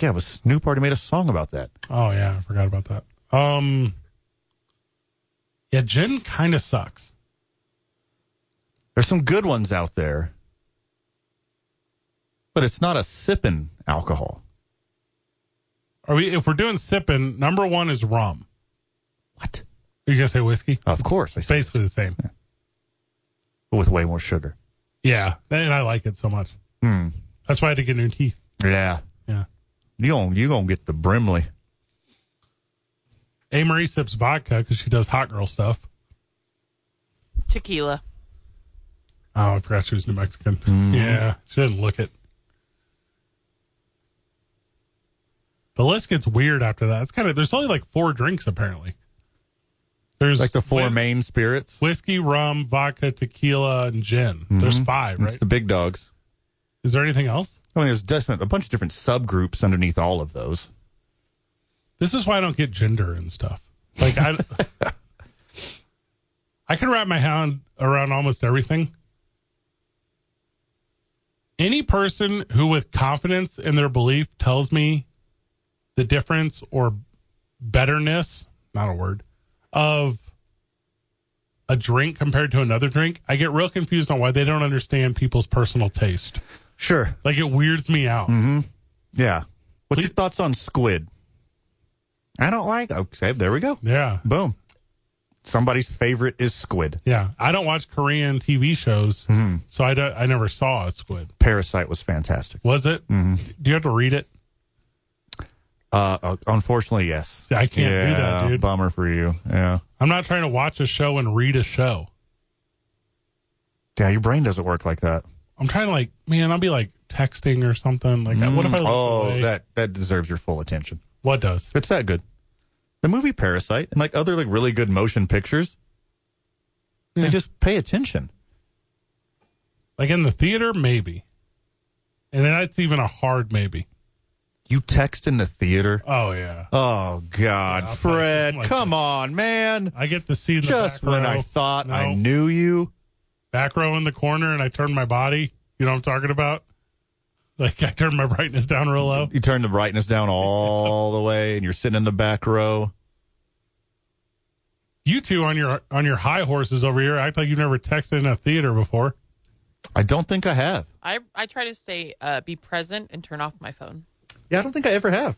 [SPEAKER 2] Yeah, but Snoop already made a song about that.
[SPEAKER 1] Oh yeah, I forgot about that. Um Yeah, gin kind of sucks.
[SPEAKER 2] There's some good ones out there, but it's not a sipping alcohol.
[SPEAKER 1] Are we if we're doing sipping, number 1 is rum.
[SPEAKER 2] What?
[SPEAKER 1] Are you going to say whiskey?
[SPEAKER 2] Of course, I
[SPEAKER 1] It's
[SPEAKER 2] said,
[SPEAKER 1] basically the same.
[SPEAKER 2] but with way more sugar.
[SPEAKER 1] Yeah, and I like it so much.
[SPEAKER 2] Hmm.
[SPEAKER 1] That's why I had to get new teeth.
[SPEAKER 2] Yeah,
[SPEAKER 1] Yeah.
[SPEAKER 2] you gonna you gonna get the Brimley.
[SPEAKER 1] A Marie sips vodka because she does hot girl stuff.
[SPEAKER 3] Tequila.
[SPEAKER 1] Oh, I forgot she was New Mexican.
[SPEAKER 2] Hmm.
[SPEAKER 1] Yeah, she didn't look it. The list gets weird after that. It's kind of there's only like four drinks apparently. There's
[SPEAKER 2] Like the four
[SPEAKER 1] whis-
[SPEAKER 2] main spirits.
[SPEAKER 1] whiskey, rum, vodka, tequila, and gin. There's five, right?
[SPEAKER 2] It's Mm-hmm. the big dogs.
[SPEAKER 1] Is there anything else?
[SPEAKER 2] I mean, there's different, a bunch of different subgroups underneath all of those.
[SPEAKER 1] This is why I don't get gender and stuff. Like I, I can wrap my hand around almost everything. Any person who, with confidence in their belief, tells me the difference or betterness, not a word, of a drink compared to another drink, I get real confused on why they don't understand people's personal taste.
[SPEAKER 2] Sure.
[SPEAKER 1] Like it weirds me out.
[SPEAKER 2] Yeah. What's
[SPEAKER 1] Please-
[SPEAKER 2] your thoughts on squid? I don't like. Okay, there we go.
[SPEAKER 1] Yeah.
[SPEAKER 2] Boom. Somebody's favorite is squid.
[SPEAKER 1] Yeah, I don't watch Korean TV shows,
[SPEAKER 2] Mm-hmm.
[SPEAKER 1] so I don't, I never saw a squid.
[SPEAKER 2] Parasite was fantastic.
[SPEAKER 1] Was it? Mm-hmm. Do you have to read it?
[SPEAKER 2] Uh, uh, unfortunately, yes.
[SPEAKER 1] I can't do that,
[SPEAKER 2] Yeah,
[SPEAKER 1] dude.
[SPEAKER 2] Bummer for you. Yeah.
[SPEAKER 1] I'm not trying to watch a show and read a show.
[SPEAKER 2] Yeah, your brain doesn't work like that.
[SPEAKER 1] I'm trying to like, man, I'll be like texting or something. Like, what if I? look
[SPEAKER 2] Oh,
[SPEAKER 1] away?
[SPEAKER 2] that that deserves your full attention.
[SPEAKER 1] what does?
[SPEAKER 2] It's that good. The movie Parasite and like other like really good motion pictures. They just pay attention.
[SPEAKER 1] Like in the theater, maybe, and that's even a hard maybe.
[SPEAKER 2] You text in the theater.
[SPEAKER 1] Oh yeah,
[SPEAKER 2] Oh God,
[SPEAKER 1] Yeah, I'll play
[SPEAKER 2] Fred,
[SPEAKER 1] something like
[SPEAKER 2] come on, man.
[SPEAKER 1] I get to see the
[SPEAKER 2] Just
[SPEAKER 1] back
[SPEAKER 2] when
[SPEAKER 1] row.
[SPEAKER 2] I thought I
[SPEAKER 1] No.
[SPEAKER 2] knew you.
[SPEAKER 1] back row in the corner and I turn my body. You know what I'm talking about? Like I turn my brightness down real low.
[SPEAKER 2] You turn the brightness down all the way and you're sitting in the back row.
[SPEAKER 1] You two on your on your high horses over here act like you've never texted in a theater before.
[SPEAKER 2] I don't think I have.
[SPEAKER 3] I I try to say uh, be present and turn off my phone.
[SPEAKER 2] Yeah, I don't think I ever have.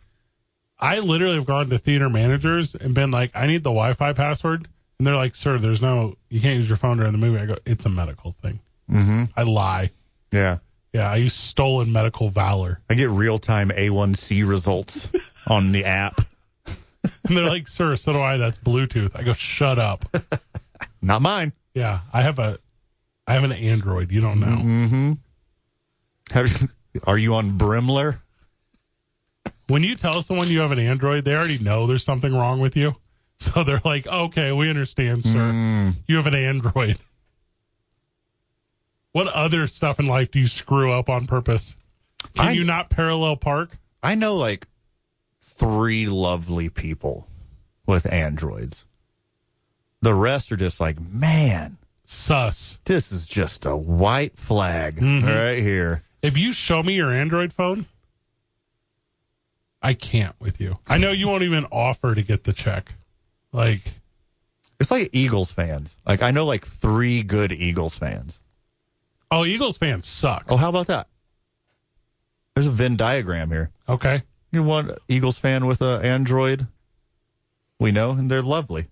[SPEAKER 1] I literally have gone to theater managers and been like, I need the Wi Fi password. And they're like, sir, there's no, you can't use your phone during the movie. I go, it's a medical thing. Mm-hmm. I lie.
[SPEAKER 2] Yeah.
[SPEAKER 1] Yeah, I use stolen medical valor.
[SPEAKER 2] I get real time A1C results on the app.
[SPEAKER 1] And they're like, sir, so do I. That's Bluetooth. I go, shut up.
[SPEAKER 2] Not mine.
[SPEAKER 1] Yeah, I have a, I have an Android. You don't know.
[SPEAKER 2] Have, are you on Brimler?
[SPEAKER 1] When you tell someone you have an Android, they already know there's something wrong with you. So they're like, okay, we understand, sir.
[SPEAKER 2] Hmm.
[SPEAKER 1] You have an Android. What other stuff in life do you screw up on purpose? Can
[SPEAKER 2] I-
[SPEAKER 1] you not parallel park?
[SPEAKER 2] I know like three lovely people with Androids. The rest are just like, man,
[SPEAKER 1] Sus.
[SPEAKER 2] this is just a white flag right here.
[SPEAKER 1] If you show me your Android phone, I can't with you. I know you won't even offer to get the check. Like,
[SPEAKER 2] It's like Eagles fans. Like I know like three good Eagles fans.
[SPEAKER 1] oh, Eagles fans suck.
[SPEAKER 2] Oh, how about that? There's a Venn diagram here.
[SPEAKER 1] Okay.
[SPEAKER 2] You want Eagles fan with a Android? We know, and they're lovely.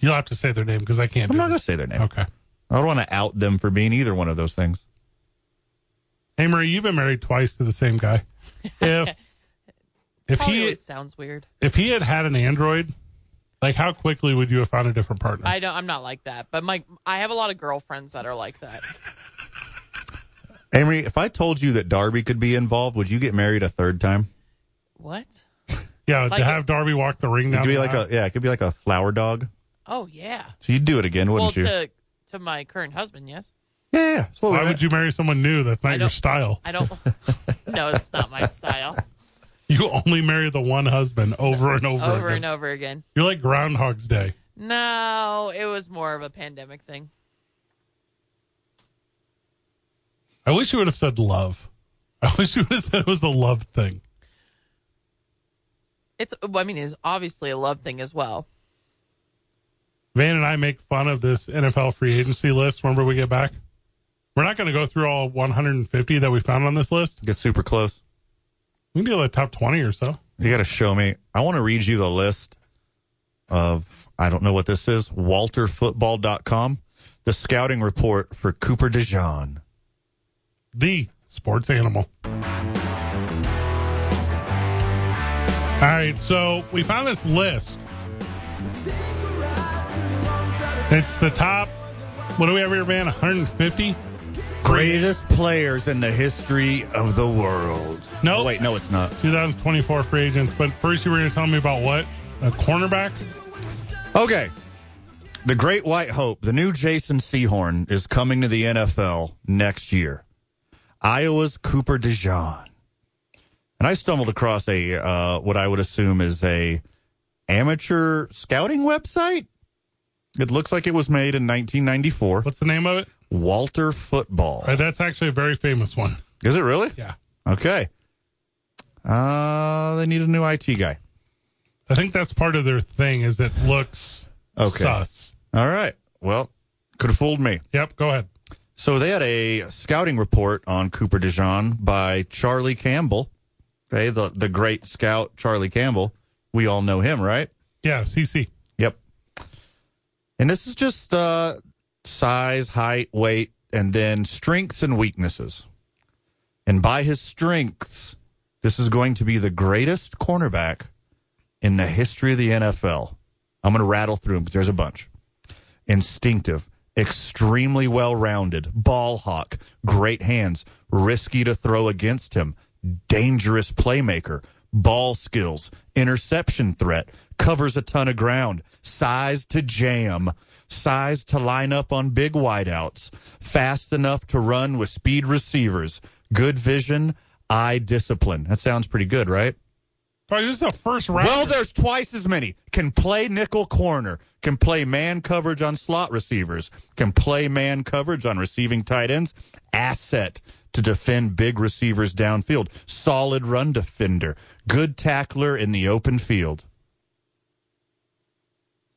[SPEAKER 1] You'll have to say their name because I can't.
[SPEAKER 2] I'm
[SPEAKER 1] do
[SPEAKER 2] not gonna
[SPEAKER 1] this.
[SPEAKER 2] say their name.
[SPEAKER 1] Okay.
[SPEAKER 2] I don't want to out them for being either one of those things.
[SPEAKER 1] Hey Marie, you've been married twice to the same guy. If if
[SPEAKER 3] Probably
[SPEAKER 1] he
[SPEAKER 3] always sounds weird.
[SPEAKER 1] if he had had an Android, Like, how quickly would you have found a different partner?
[SPEAKER 3] I don't. I'm not like that. But my, I have a lot of girlfriends that are like that.
[SPEAKER 2] Amory, if I told you that Darby could be involved, would you get married a third time?
[SPEAKER 3] What?
[SPEAKER 1] yeah,
[SPEAKER 3] like
[SPEAKER 1] to
[SPEAKER 3] a-
[SPEAKER 1] have Darby walk the ring
[SPEAKER 2] It
[SPEAKER 1] down
[SPEAKER 2] could be
[SPEAKER 1] the
[SPEAKER 2] like
[SPEAKER 1] aisle.
[SPEAKER 2] a yeah, it could be like a flower dog.
[SPEAKER 3] Oh yeah.
[SPEAKER 2] So you'd do it again, wouldn't
[SPEAKER 3] well,
[SPEAKER 2] you?
[SPEAKER 3] to to my current husband, yes.
[SPEAKER 2] yeah, yeah. yeah. So
[SPEAKER 1] Why would you marry someone new? That's
[SPEAKER 3] I
[SPEAKER 1] not your
[SPEAKER 3] don't-
[SPEAKER 1] style.
[SPEAKER 3] I don't. no, it's not my style.
[SPEAKER 1] You only marry the one husband over and over,
[SPEAKER 3] Over
[SPEAKER 1] again.
[SPEAKER 3] and over again.
[SPEAKER 1] You're like Groundhog's Day.
[SPEAKER 3] No, it was more of a pandemic thing.
[SPEAKER 1] I wish you would have said love. I wish you would have said it was the love thing.
[SPEAKER 3] It's. I mean, it's obviously a love thing as well.
[SPEAKER 1] Van and I make fun of this NFL free agency list whenever we get back. We're not going to go through all 150 that we found on this list.
[SPEAKER 2] get super close?
[SPEAKER 1] We can do like top 20 or so.
[SPEAKER 2] You got to show me. I want to read you the list of, I don't know what this is, walterfootball.com, the scouting report for Cooper DeJean.
[SPEAKER 1] The sports animal. All right, so we found this list. It's the top, what do we have here, man? 150?
[SPEAKER 2] Greatest players in the history of the world. Oh,
[SPEAKER 1] Nope.
[SPEAKER 2] Wait, no, it's not.
[SPEAKER 1] 2024 free agents. But first, you were going to tell me about what? A cornerback?
[SPEAKER 2] Okay. The Great White Hope, the new Jason Sehorn, is coming to the NFL next year. Iowa's Cooper DeJean. And I stumbled across a uh, what I would assume is a amateur scouting website. It looks like it was made in 1994.
[SPEAKER 1] What's the name of it?
[SPEAKER 2] Walter Football.
[SPEAKER 1] Uh, that's actually a very famous one.
[SPEAKER 2] Is it really?
[SPEAKER 1] Yeah.
[SPEAKER 2] Okay. Uh, they need a new IT guy.
[SPEAKER 1] I think that's part of their thing is it looks
[SPEAKER 2] Okay.
[SPEAKER 1] sus.
[SPEAKER 2] All right. Well, could have fooled me.
[SPEAKER 1] Yep, go ahead.
[SPEAKER 2] So they had a scouting report on Cooper DeJean by Charlie Campbell. Okay, the the great scout Charlie Campbell. We all know him, right?
[SPEAKER 1] Yeah, CC.
[SPEAKER 2] Yep. And this is just uh, size, height, weight, and then strengths and weaknesses. And by his strengths, this is going to be the greatest cornerback in the history of the NFL. I'm going to rattle through them because there's a bunch. Instinctive, extremely well rounded, ball hawk, great hands, risky to throw against him, dangerous playmaker, ball skills, interception threat, covers a ton of ground, size to jam, size to line up on big wideouts, fast enough to run with speed receivers, good vision, eye discipline. That sounds pretty good, right?
[SPEAKER 1] All right, this is a first round.
[SPEAKER 2] Well, there's twice as many. Can play nickel corner, can play man coverage on slot receivers, can play man coverage on receiving tight ends. Asset to defend big receivers downfield. Solid run defender. Good tackler in the open field.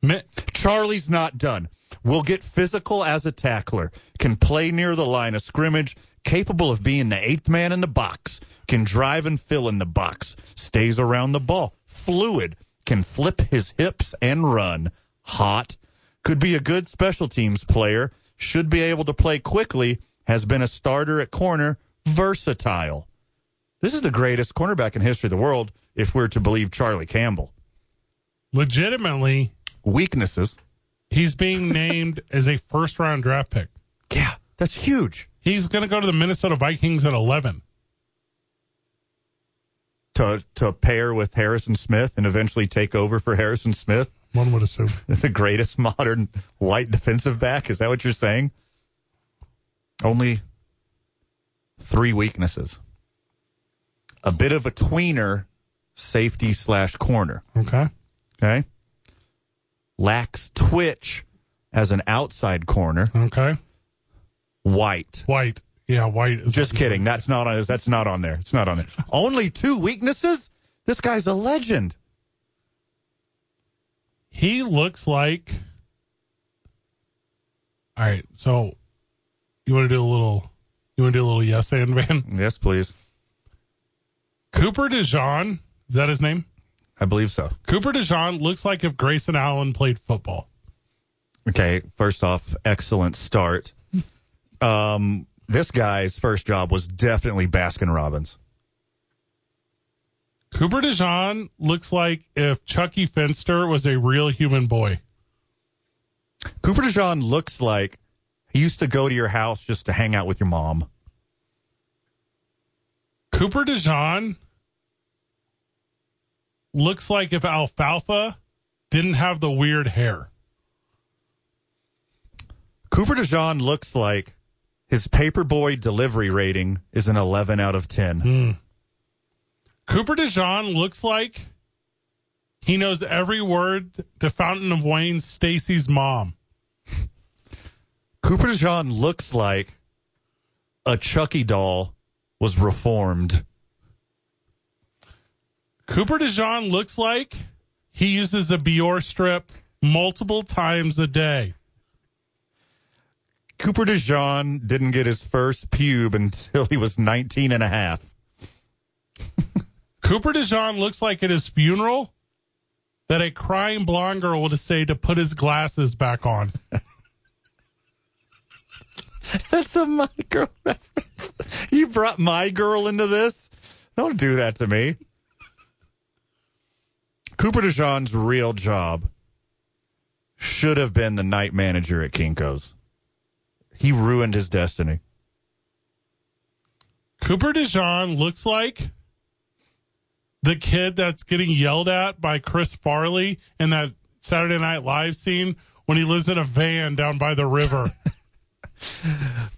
[SPEAKER 1] Mi-
[SPEAKER 2] Charlie's not done. Will get physical as a tackler. Can play near the line of scrimmage. Capable of being the eighth man in the box. Can drive and fill in the box. Stays around the ball. Fluid. Can flip his hips and run. Hot. Could be a good special teams player. Should be able to play quickly. Has been a starter at corner. Versatile. This is the greatest cornerback in history of the world, if we're to believe Charlie Campbell.
[SPEAKER 1] legitimately,
[SPEAKER 2] Weaknesses.
[SPEAKER 1] he's being named as a first round draft pick.
[SPEAKER 2] Yeah, that's huge.
[SPEAKER 1] He's going to go to the Minnesota Vikings at 11.
[SPEAKER 2] to to pair with Harrison Smith and eventually take over for Harrison Smith,
[SPEAKER 1] One would assume.
[SPEAKER 2] the greatest modern white defensive back. Is that what you're saying? Only three weaknesses: a bit of a tweener, safety slash corner.
[SPEAKER 1] Okay.
[SPEAKER 2] Okay, lacks twitch as an outside corner.
[SPEAKER 1] Okay.
[SPEAKER 2] White.
[SPEAKER 1] White. Yeah, white. Is
[SPEAKER 2] Just kidding. That's not on. That's not on there. It's not on there. Only two weaknesses. This guy's a legend.
[SPEAKER 1] He looks like. All right. So you want to do a little. You want to do a little yes and Van?
[SPEAKER 2] Yes, please.
[SPEAKER 1] Cooper DeJean. Is that his name?
[SPEAKER 2] I believe so.
[SPEAKER 1] Cooper DeJean looks like if Grayson Allen played football.
[SPEAKER 2] Okay, first off, excellent start. Um, this guy's first job was definitely Baskin Robbins.
[SPEAKER 1] Cooper DeJean looks like if Chucky Finster was a real human boy.
[SPEAKER 2] Cooper DeJean looks like he used to go to your house just to hang out with your mom.
[SPEAKER 1] Cooper DeJean looks like if Alfalfa didn't have the weird hair.
[SPEAKER 2] Cooper DeJean looks like his paperboy delivery rating is an 11 out of 10.
[SPEAKER 1] Cooper DeJean looks like he knows every word to Fountain of Wayne's Stacy's mom.
[SPEAKER 2] Cooper DeJean looks like a Chucky doll was reformed.
[SPEAKER 1] Cooper DeJean looks like he uses a Bior strip multiple times a day.
[SPEAKER 2] Cooper DeJean didn't get his first pube until he was 19 and a half.
[SPEAKER 1] Cooper DeJean looks like at his funeral that a crying blonde girl would say to put his glasses back on.
[SPEAKER 2] That's a My Girl reference. You brought My Girl into this? Don't do that to me. Cooper DeJean's real job should have been the night manager at Kinko's. He ruined his destiny.
[SPEAKER 1] Cooper DeJean looks like the kid that's getting yelled at by Chris Farley in that Saturday Night Live scene when he lives in a van down by the river.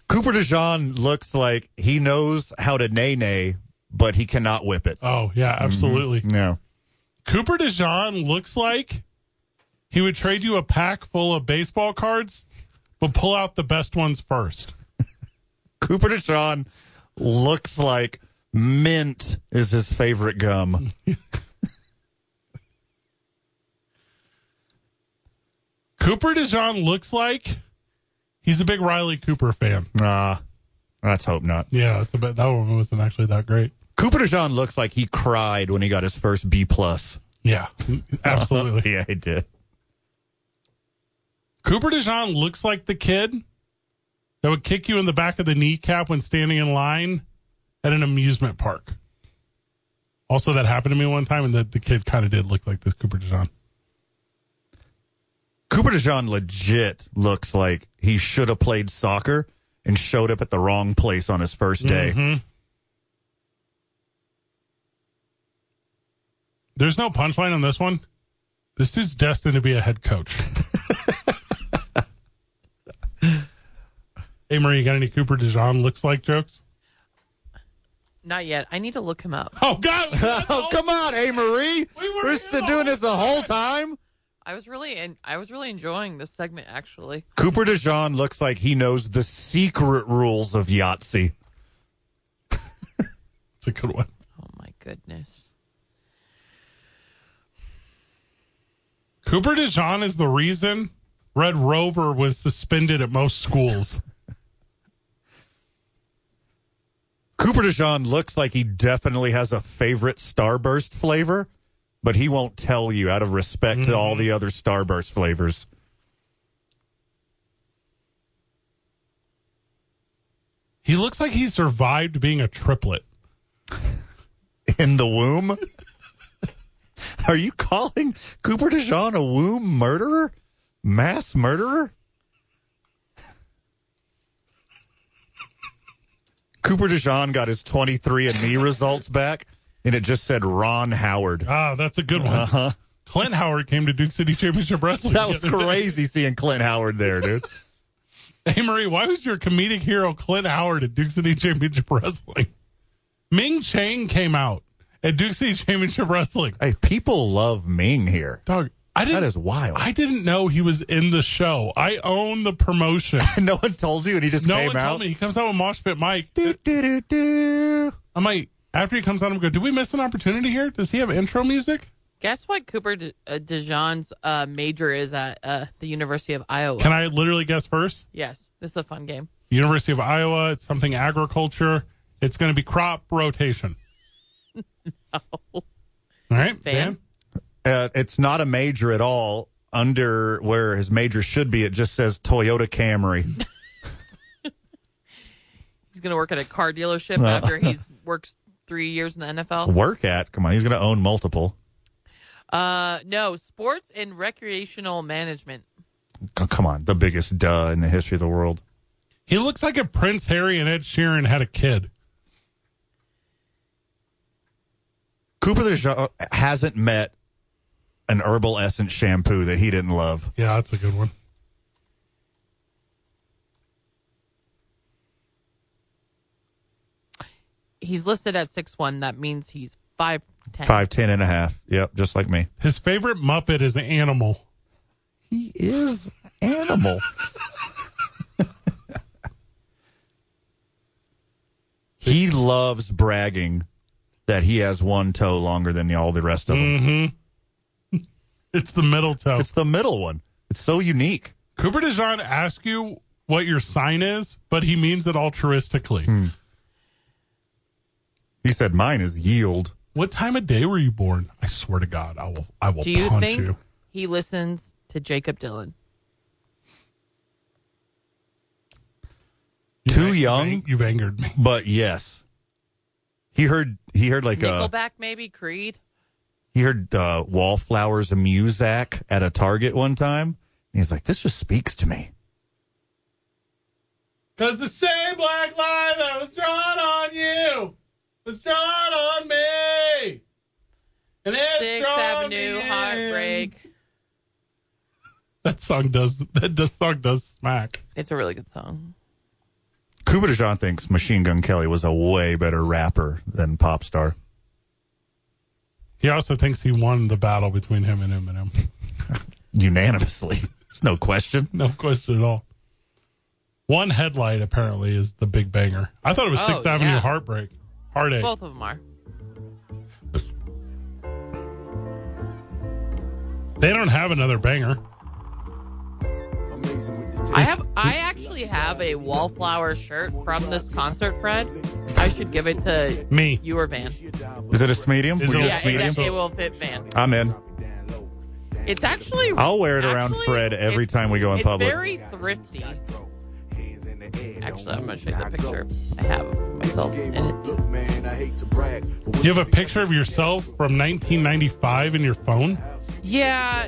[SPEAKER 2] Cooper DeJean looks like he knows how to nay nay, but he cannot whip it.
[SPEAKER 1] oh, yeah, absolutely.
[SPEAKER 2] No.
[SPEAKER 1] Cooper DeJean looks like he would trade you a pack full of baseball cards, but pull out the best ones first.
[SPEAKER 2] Cooper DeJean looks like mint is his favorite gum.
[SPEAKER 1] Cooper DeJean looks like he's a big Riley Cooper fan.
[SPEAKER 2] Ah, let's hope not.
[SPEAKER 1] Yeah, it's a bit, that one wasn't actually that great.
[SPEAKER 2] Cooper DeJean looks like he cried when he got his first B plus.
[SPEAKER 1] Yeah, absolutely.
[SPEAKER 2] yeah, he did.
[SPEAKER 1] Cooper DeJean looks like the kid that would kick you in the back of the kneecap when standing in line at an amusement park. Also, that happened to me one time, and the, the kid kind of did look like this Cooper DeJean.
[SPEAKER 2] Cooper DeJean legit looks like he should have played soccer and showed up at the wrong place on his first day.
[SPEAKER 1] Mm-hmm. There's no punchline on this one. This dude's destined to be a head coach. hey, Marie, you got any Cooper DeJean looks like jokes?
[SPEAKER 3] Not yet. I need to look him up.
[SPEAKER 1] Oh, God.
[SPEAKER 2] oh, come on, hey Marie.
[SPEAKER 1] We
[SPEAKER 2] We
[SPEAKER 1] were
[SPEAKER 2] were
[SPEAKER 1] in the whole
[SPEAKER 2] doing this the whole time.
[SPEAKER 3] I was really and I was really enjoying this segment actually.
[SPEAKER 2] Cooper DeJean looks like he knows the secret rules of Yahtzee.
[SPEAKER 1] It's a good one.
[SPEAKER 3] Oh my goodness.
[SPEAKER 1] Cooper DeJean is the reason Red Rover was suspended at most schools.
[SPEAKER 2] Cooper DeJean looks like he definitely has a favorite Starburst flavor, but he won't tell you out of respect to
[SPEAKER 1] Mm-hmm.
[SPEAKER 2] all the other Starburst flavors.
[SPEAKER 1] he looks like he survived being a triplet.
[SPEAKER 2] In the womb? Are you calling Cooper DeJean a womb murderer? Mass murderer? Cooper DeJean got his 23andMe results back, and it just said Ron Howard.
[SPEAKER 1] Ah, that's a good one. Clint Howard came to Duke City Championship Wrestling.
[SPEAKER 2] Uh-huh. That was
[SPEAKER 1] the other day.
[SPEAKER 2] crazy seeing Clint Howard there, dude.
[SPEAKER 1] Hey, Marie, why was your comedic hero Clint Howard at Duke City Championship Wrestling? Ming Chang came out at Duke City Championship Wrestling.
[SPEAKER 2] Hey, people love Ming here.
[SPEAKER 1] Dog, I didn't.
[SPEAKER 2] That is wild.
[SPEAKER 1] I didn't know he was in the show. I own the promotion.
[SPEAKER 2] no one told you, and he just
[SPEAKER 1] No
[SPEAKER 2] came
[SPEAKER 1] one
[SPEAKER 2] out.
[SPEAKER 1] told me. He comes out with Mosh Pit Mike.
[SPEAKER 2] Do, do, do, do.
[SPEAKER 1] I'm like, after he comes out, I'm going, did we miss an opportunity here? Does he have intro music?
[SPEAKER 3] Guess what Cooper De- uh, DeJean's uh, major is at uh, the University of Iowa.
[SPEAKER 1] Can I literally guess first?
[SPEAKER 3] yes, this is a fun game.
[SPEAKER 1] University of Iowa. It's something agriculture. It's going to be crop rotation. All right,
[SPEAKER 3] Van?
[SPEAKER 1] Dan.
[SPEAKER 2] Uh, it's not a major at all. Under where his major should be, it just says Toyota Camry.
[SPEAKER 3] He's going to work at a car dealership after he works three years in the NFL?
[SPEAKER 2] Work at. Come on, he's going to own multiple.
[SPEAKER 3] Uh, no, sports and recreational management.
[SPEAKER 2] Oh, come on, the biggest duh in the history of the world.
[SPEAKER 1] He looks like if Prince Harry and Ed Sheeran had a kid.
[SPEAKER 2] Cooper the Shaw hasn't met an herbal essence shampoo that he didn't love.
[SPEAKER 1] Yeah, that's a good one.
[SPEAKER 3] He's listed at six one. That means he's five ten.
[SPEAKER 2] Five ten and a half. Yep, just like me.
[SPEAKER 1] His favorite Muppet is the animal.
[SPEAKER 2] He is animal. he loves bragging that he has one toe longer than all the rest of them.
[SPEAKER 1] Mm-hmm. it's the middle toe.
[SPEAKER 2] It's the middle one. It's so unique.
[SPEAKER 1] Cooper DeJean asks you what your sign is, but he means it altruistically.
[SPEAKER 2] Hmm. He said, "Mine is yield."
[SPEAKER 1] What time of day were you born? I swear to God, I will. I will
[SPEAKER 3] Do you
[SPEAKER 1] punch
[SPEAKER 3] think
[SPEAKER 1] you.
[SPEAKER 3] he listens to Jacob Dylan?
[SPEAKER 1] You've
[SPEAKER 2] Too
[SPEAKER 1] ang- you've
[SPEAKER 2] young?
[SPEAKER 1] ang- You've angered me.
[SPEAKER 2] But yes, he heard. He heard like a.
[SPEAKER 3] Nickelback, maybe Creed.
[SPEAKER 2] He heard uh, Wallflowers Muzak at a Target one time. And he's like, "This just speaks to me."
[SPEAKER 1] Because the same black line that was drawn on you was drawn on me. And it's
[SPEAKER 3] Sixth
[SPEAKER 1] drawn
[SPEAKER 3] Avenue,
[SPEAKER 1] me in.
[SPEAKER 3] Heartbreak.
[SPEAKER 1] That song does. That does, song does smack.
[SPEAKER 3] It's a really good song.
[SPEAKER 2] Cooper DeJean thinks Machine Gun Kelly was a way better rapper than pop star.
[SPEAKER 1] He also thinks he won the battle between him and Eminem.
[SPEAKER 2] unanimously. There's no question.
[SPEAKER 1] No question at all. One headlight apparently is the big banger. I thought it was
[SPEAKER 3] Oh,
[SPEAKER 1] Sixth Avenue
[SPEAKER 3] yeah.
[SPEAKER 1] Heartbreak. Heartache.
[SPEAKER 3] Both of them are.
[SPEAKER 1] they don't have another banger.
[SPEAKER 3] I have. I actually have a Wallflower shirt from this concert, Fred. I should give it to
[SPEAKER 1] Me.
[SPEAKER 3] you or Van.
[SPEAKER 2] Is it a medium?
[SPEAKER 1] Is it a
[SPEAKER 3] Yeah,
[SPEAKER 1] sweet.
[SPEAKER 3] it,
[SPEAKER 1] So-
[SPEAKER 3] it will fit Van.
[SPEAKER 2] I'm in.
[SPEAKER 3] It's actually.
[SPEAKER 2] I'll wear it around
[SPEAKER 3] actually,
[SPEAKER 2] Fred every
[SPEAKER 3] it's-
[SPEAKER 2] time we go in
[SPEAKER 3] it's
[SPEAKER 2] public.
[SPEAKER 3] Very thrifty. Actually, I'm gonna show you the picture I have of myself in it.
[SPEAKER 1] You have a picture of yourself from 1995 in your phone.
[SPEAKER 3] Yeah.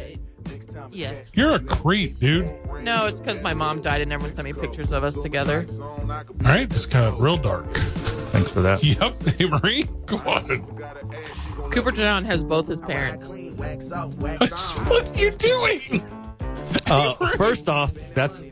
[SPEAKER 3] Yes.
[SPEAKER 1] You're a creep, dude. All
[SPEAKER 3] No, it's because my mom died and everyone sent me pictures of us together.
[SPEAKER 1] right, just got real dark.
[SPEAKER 2] Thanks for that.
[SPEAKER 1] Yep, Amory. Come on.
[SPEAKER 3] Cooper John has both his parents.
[SPEAKER 1] What are you doing?
[SPEAKER 2] Uh, first off, that's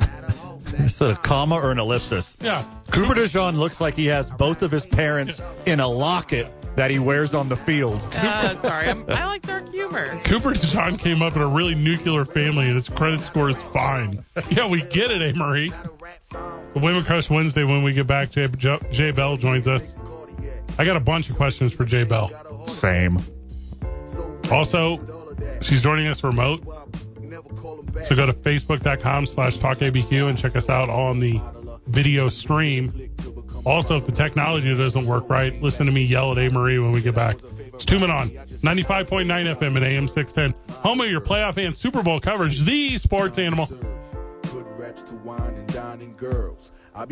[SPEAKER 2] that's a comma or an ellipsis.
[SPEAKER 1] Yeah.
[SPEAKER 2] Cooper DeJean looks like he has both of his parents in a locket that he wears on the field.
[SPEAKER 3] Uh, sorry, I'm, I like dark humor.
[SPEAKER 1] Cooper DeJean came up in a really nuclear family, and his credit score is fine. Yeah, we get it, Amory. The Women Crush Wednesday, when we get back, Jay, Jo- Jay Bell joins us. I got a bunch of questions for Jay Bell.
[SPEAKER 2] Same.
[SPEAKER 1] Also, she's joining us remote. So go to facebook.com slash talkabq and check us out on the video stream. Also, if the technology doesn't work right, listen to me yell at A. Marie when we get back. It's two men on 95.9 FM and AM 610. Home of your playoff and Super Bowl coverage, the sports animal.
[SPEAKER 6] Good reps to wine and dining girls. I